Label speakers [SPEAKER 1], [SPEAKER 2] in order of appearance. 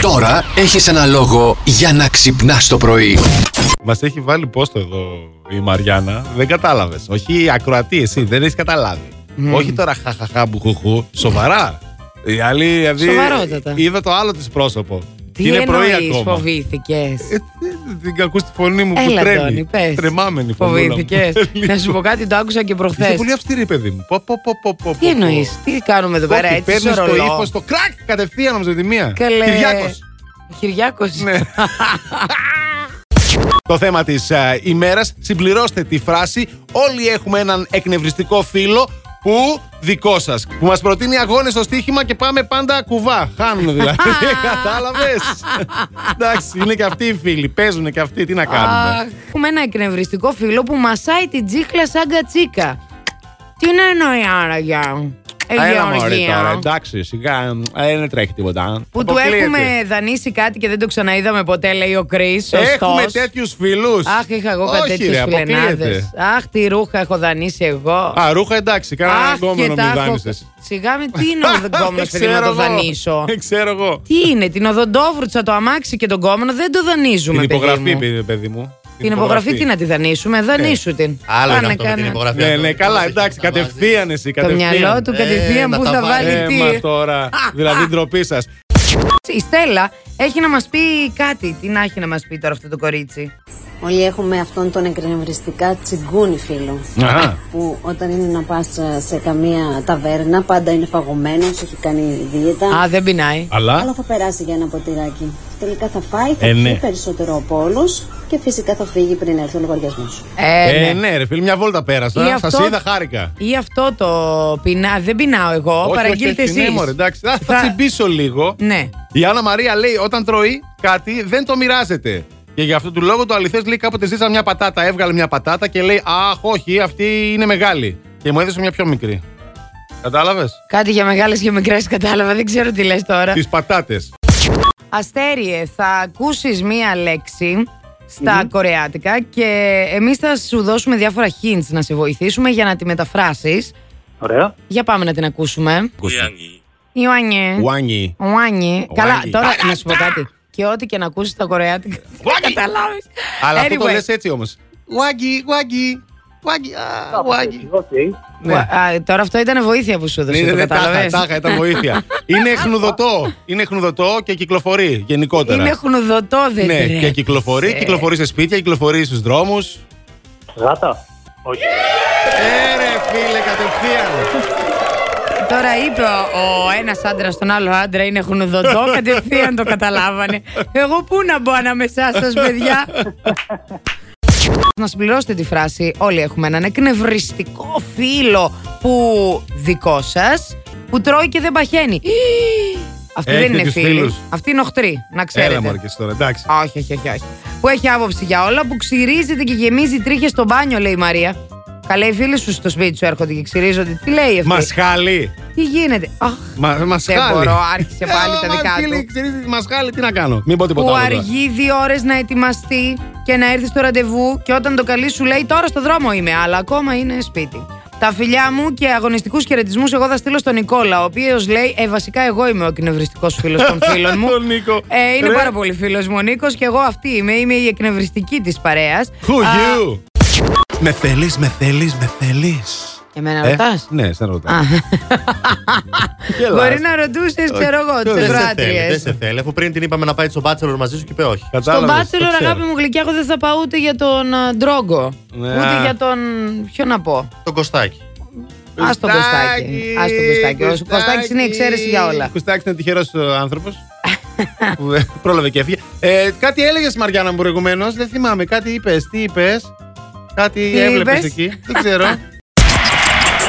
[SPEAKER 1] Τώρα έχεις ένα λόγο για να ξυπνάς το πρωί.
[SPEAKER 2] Μας έχει βάλει πόστο εδώ η Μαριάννα. Δεν κατάλαβες. Όχι ακροατή, εσύ δεν έχεις καταλάβει. Όχι τώρα χαχαχά μπουχουχού. Σοβαρά. Η άλλη, δηλαδή,
[SPEAKER 3] Σοβαρότατα.
[SPEAKER 2] Είδα το άλλο της πρόσωπο.
[SPEAKER 3] Τι
[SPEAKER 2] Και είναι πρωί
[SPEAKER 3] εννοείς,
[SPEAKER 2] ακόμα.
[SPEAKER 3] φοβήθηκες.
[SPEAKER 2] Ε, τι- την ακούς τη φωνή μου που
[SPEAKER 3] Έλα,
[SPEAKER 2] τρέμει.
[SPEAKER 3] Αντώνη, πες.
[SPEAKER 2] Τρεμάμενη φωνή.
[SPEAKER 3] Φοβήθηκες. Να σου πω κάτι, το άκουσα και
[SPEAKER 2] Είσαι
[SPEAKER 3] προχθές.
[SPEAKER 2] πολύ αυστηρή, παιδί μου. Πω, πω, πω, πω, πω,
[SPEAKER 3] Τι
[SPEAKER 2] πω.
[SPEAKER 3] εννοεί, τι κάνουμε εδώ πέρα,
[SPEAKER 2] Κόκκι,
[SPEAKER 3] έτσι
[SPEAKER 2] παίρνεις
[SPEAKER 3] σωρολό.
[SPEAKER 2] το ύφος, το κρακ κατευθείαν όμως με τη μία.
[SPEAKER 3] Καλέ.
[SPEAKER 2] Κυριάκος.
[SPEAKER 3] Κυριάκος.
[SPEAKER 2] Ναι. Το θέμα της ημέρας. Συμπληρώστε τη φράση. Όλοι έχουμε έναν εκνευριστικό φίλο που δικό σας. Που μας προτείνει αγώνες στο στοίχημα και πάμε πάντα κουβά. Χάνουμε δηλαδή. Κατάλαβες. Εντάξει, είναι και αυτοί οι φίλοι. Παίζουν και αυτοί. Τι να
[SPEAKER 3] Αχ,
[SPEAKER 2] κάνουμε.
[SPEAKER 3] Έχουμε ένα εκνευριστικό φίλο που μασάει την τσίχλα σαν κατσίκα. Τι να εννοεί άραγε. Ε,
[SPEAKER 2] Έλα μωρή
[SPEAKER 3] Γεωργία.
[SPEAKER 2] τώρα, εντάξει, σιγά, ε, δεν τρέχει τίποτα.
[SPEAKER 3] Που του
[SPEAKER 2] Αποκλείεται.
[SPEAKER 3] έχουμε δανείσει κάτι και δεν το ξαναείδαμε ποτέ, λέει ο Κρι.
[SPEAKER 2] Έχουμε τέτοιους φίλους.
[SPEAKER 3] Αχ, είχα εγώ κάτι τέτοιου φιλενάδες. Αχ, τι ρούχα έχω δανείσει εγώ.
[SPEAKER 2] Α, ρούχα εντάξει, κανένα
[SPEAKER 3] Αχ,
[SPEAKER 2] γκόμενο μη
[SPEAKER 3] έχω-
[SPEAKER 2] δάνεισες.
[SPEAKER 3] Σιγά με τι είναι ο γκόμενο,
[SPEAKER 2] Δεν
[SPEAKER 3] παιδί μου, να το
[SPEAKER 2] ξέρω εγώ.
[SPEAKER 3] δανείσω.
[SPEAKER 2] Δεν ξέρω εγώ.
[SPEAKER 3] Τι είναι, την οδοντόβρουτσα, το αμάξι και τον κόμενο δεν το δανείζουμε.
[SPEAKER 2] Την Ε,
[SPEAKER 3] παιδί
[SPEAKER 2] υπογραφή,
[SPEAKER 3] μου.
[SPEAKER 2] παιδί, παιδί μου.
[SPEAKER 3] Την υπογραφή τι να τη δανείσουμε, δανείσου την.
[SPEAKER 4] Άλλο είναι
[SPEAKER 3] Πάνε
[SPEAKER 4] αυτό με την
[SPEAKER 3] κάνα-
[SPEAKER 4] υπογραφή.
[SPEAKER 2] Ναι,
[SPEAKER 4] Αυτό
[SPEAKER 2] ναι,
[SPEAKER 4] το
[SPEAKER 2] καλά,
[SPEAKER 4] έχεις
[SPEAKER 2] εντάξει,
[SPEAKER 4] τα βάζεις.
[SPEAKER 2] κατευθείαν εσύ,
[SPEAKER 3] Το
[SPEAKER 2] κατευθείαν.
[SPEAKER 3] μυαλό του
[SPEAKER 4] Ε,
[SPEAKER 3] κατευθείαν
[SPEAKER 4] να
[SPEAKER 3] που
[SPEAKER 4] τα
[SPEAKER 3] θα
[SPEAKER 4] βάλει.
[SPEAKER 3] βάλει
[SPEAKER 2] Έμα
[SPEAKER 3] τι.
[SPEAKER 2] τώρα, δηλαδή ντροπή σας.
[SPEAKER 3] Η Στέλλα έχει να μας πει κάτι. Τι να έχει να μας πει τώρα αυτό το κορίτσι.
[SPEAKER 5] Όλοι έχουμε αυτόν τον εκνευριστικά τσιγκούνι φίλο.
[SPEAKER 2] Αχα.
[SPEAKER 5] Που όταν είναι να πας σε καμία ταβέρνα, πάντα είναι φαγωμένος, έχει κάνει δίαιτα.
[SPEAKER 3] Α, δεν πεινάει.
[SPEAKER 2] Αλλά.
[SPEAKER 5] Αλλά θα περάσει για ένα ποτηράκι. Τελικά θα φάει, θα
[SPEAKER 2] Ε, ναι.
[SPEAKER 5] πιει περισσότερο από όλους και φυσικά θα φύγει πριν έρθει ο λογαριασμός.
[SPEAKER 3] Ε,
[SPEAKER 2] Ε,
[SPEAKER 3] ναι.
[SPEAKER 2] ναι, ρε φίλε, μια βόλτα
[SPEAKER 3] Ή
[SPEAKER 2] πέρασα.
[SPEAKER 3] αυτό-
[SPEAKER 2] Σα είδα, χάρηκα.
[SPEAKER 3] Ή αυτό το πεινά. Δεν πεινάω εγώ.
[SPEAKER 2] Όχι,
[SPEAKER 3] Παραγγείλτε
[SPEAKER 2] όχι, όχι, ναι,
[SPEAKER 3] εσείς.
[SPEAKER 2] μωρέ, εντάξει. Α, Θα
[SPEAKER 3] Θα-
[SPEAKER 2] τσιμπήσω λίγο.
[SPEAKER 3] Ναι.
[SPEAKER 2] Η Άννα Μαρία λέει: Όταν τρώει κάτι, δεν το μοιράζεται. Και γι' αυτό του λόγο το αληθές λέει: Κάποτε ζήσα μια πατάτα. Έβγαλε μια πατάτα και λέει: Αχ, όχι, αυτή είναι μεγάλη. Και μου έδωσε μια πιο μικρή. Κατάλαβες.
[SPEAKER 3] Κάτι για μεγάλες και μικρές κατάλαβα. Δεν ξέρω τι λες τώρα.
[SPEAKER 2] Τις πατάτες.
[SPEAKER 3] Αστέριε, θα ακούσεις μία λέξη στα κορεάτικα και εμείς θα σου δώσουμε διάφορα hints να σε βοηθήσουμε για να τη μεταφράσεις.
[SPEAKER 6] Ωραία.
[SPEAKER 3] Για πάμε να την ακούσουμε.
[SPEAKER 7] 고양이,
[SPEAKER 3] Ιωάννη.
[SPEAKER 2] Ουάνι.
[SPEAKER 3] Ουάνι. Καλά,
[SPEAKER 2] Ουάνι.
[SPEAKER 3] τώρα να σου πω κάτι. Και ό,τι και να ακούσεις τα κορεάτικα. Θα καταλάβεις.
[SPEAKER 2] Αλλά αυτό το λες έτσι όμως. Ουάγκι, ουάγκι. Ουάγκι, α, ουάγκι.
[SPEAKER 6] Οκ.
[SPEAKER 2] Ναι.
[SPEAKER 3] Τώρα αυτό ήταν βοήθεια που σου έδωσε.
[SPEAKER 2] Ναι,
[SPEAKER 3] το
[SPEAKER 2] ναι, τάχα,
[SPEAKER 3] κατάλαβες.
[SPEAKER 2] τάχα, ήταν βοήθεια. Είναι χνουδωτό. Είναι χνουδωτό και κυκλοφορεί γενικότερα.
[SPEAKER 3] Είναι χνουδωτό, δεν Ε,
[SPEAKER 2] ναι, και
[SPEAKER 3] τρέπεσαι.
[SPEAKER 2] κυκλοφορεί, κυκλοφορεί σε σπίτια, κυκλοφορεί στους δρόμους.
[SPEAKER 6] Γάτα. Όχι.
[SPEAKER 2] Ε, ρε φίλε, κατευθείαν.
[SPEAKER 3] Τώρα είπε ο, ο ένας άντρας στον άλλο άντρα είναι χνουδωτό, κατευθείαν το καταλάβανε. Εγώ πού να μπω ανάμεσά σας, παιδιά. να συμπληρώσετε τη φράση. Όλοι έχουμε έναν εκνευριστικό φίλο που δικό σας, που τρώει και δεν παχαίνει. Αυτή
[SPEAKER 2] Έχετε
[SPEAKER 3] δεν είναι
[SPEAKER 2] τους
[SPEAKER 3] φίλη.
[SPEAKER 2] φίλους.
[SPEAKER 3] Αυτή είναι οχτρή, να
[SPEAKER 2] Έλα,
[SPEAKER 3] ξέρετε.
[SPEAKER 2] μωρέ και εσύ τώρα, εντάξει.
[SPEAKER 3] όχι, όχι, όχι, όχι. Που έχει άποψη για όλα, που ξυρίζεται και γεμίζει τρίχες στο μπάνιο, λέει η Μαρία. Καλέ, οι φίλοι σου στο σπίτι σου έρχονται και ξυρίζονται. Τι λέει αυτή.
[SPEAKER 2] Μας χάλει.
[SPEAKER 3] Τι γίνεται. Αχ,
[SPEAKER 2] Μα μας
[SPEAKER 3] Δεν
[SPEAKER 2] χάλει.
[SPEAKER 3] μπορώ, άρχισε πάλι
[SPEAKER 2] Ε,
[SPEAKER 3] τα
[SPEAKER 2] μα
[SPEAKER 3] δικά του.
[SPEAKER 2] φίλε, ξέρεις, Μας χάλει, τι να κάνω. Μην πω τίποτα
[SPEAKER 3] που
[SPEAKER 2] άλλο τώρα.
[SPEAKER 3] αργεί δύο ώρες να ετοιμαστεί και να έρθεις στο ραντεβού και όταν το καλείς σου λέει τώρα στο δρόμο είμαι, αλλά ακόμα είναι σπίτι. Τα φιλιά μου και αγωνιστικούς χαιρετισμούς εγώ θα στείλω στον Νικόλα, ο οποίος λέει Ε, βασικά εγώ είμαι ο εκνευριστικός φίλος των φίλων μου.
[SPEAKER 2] Τον Νίκο.
[SPEAKER 3] Ε, είναι
[SPEAKER 2] Ρε.
[SPEAKER 3] πάρα πολύ φίλος μου ο Νίκος και εγώ αυτή είμαι. Είμαι η εκνευριστική της παρέας.
[SPEAKER 2] Who you? Με θέλεις, με θέλεις, με θέλεις.
[SPEAKER 3] Εμένα
[SPEAKER 2] Ε,
[SPEAKER 3] ρωτάς.
[SPEAKER 2] Ναι, σε ρωτάω. Γελάς.
[SPEAKER 3] Μπορεί να ρωτούσες, ξέρω εγώ, τις
[SPEAKER 2] Δεν σε
[SPEAKER 4] Δεν σε θέλει,
[SPEAKER 3] Κροάτριε.
[SPEAKER 4] δεν σε θέλει. Αφού πριν την είπαμε να πάει στον μπάτσελορ μαζί σου και είπε όχι.
[SPEAKER 3] Στον
[SPEAKER 2] Κατάλαβες, το
[SPEAKER 3] Bachelor,
[SPEAKER 2] ξέρω.
[SPEAKER 3] αγάπη μου γλυκιά, εγώ δεν θα πάω ούτε για τον α, Ντρόγκο.
[SPEAKER 2] Ναι.
[SPEAKER 3] Ούτε για τον. Ποιο να πω.
[SPEAKER 4] Τον Κωστάκη.
[SPEAKER 3] Ας τον Κωστάκη. Ας τον Κωστάκη. Ο Κωστάκη είναι η εξαίρεση για όλα.
[SPEAKER 2] Κουστάκη είναι τυχερός άνθρωπο. Πρόλαβε και έφυγε. Ε, κάτι έλεγες Μαριάννα μου προηγουμένως. Δεν θυμάμαι. Κάτι είπες. Τι είπες. Κάτι
[SPEAKER 3] Τι
[SPEAKER 2] έβλεπες
[SPEAKER 3] είπες?
[SPEAKER 2] εκεί. Δεν ξέρω.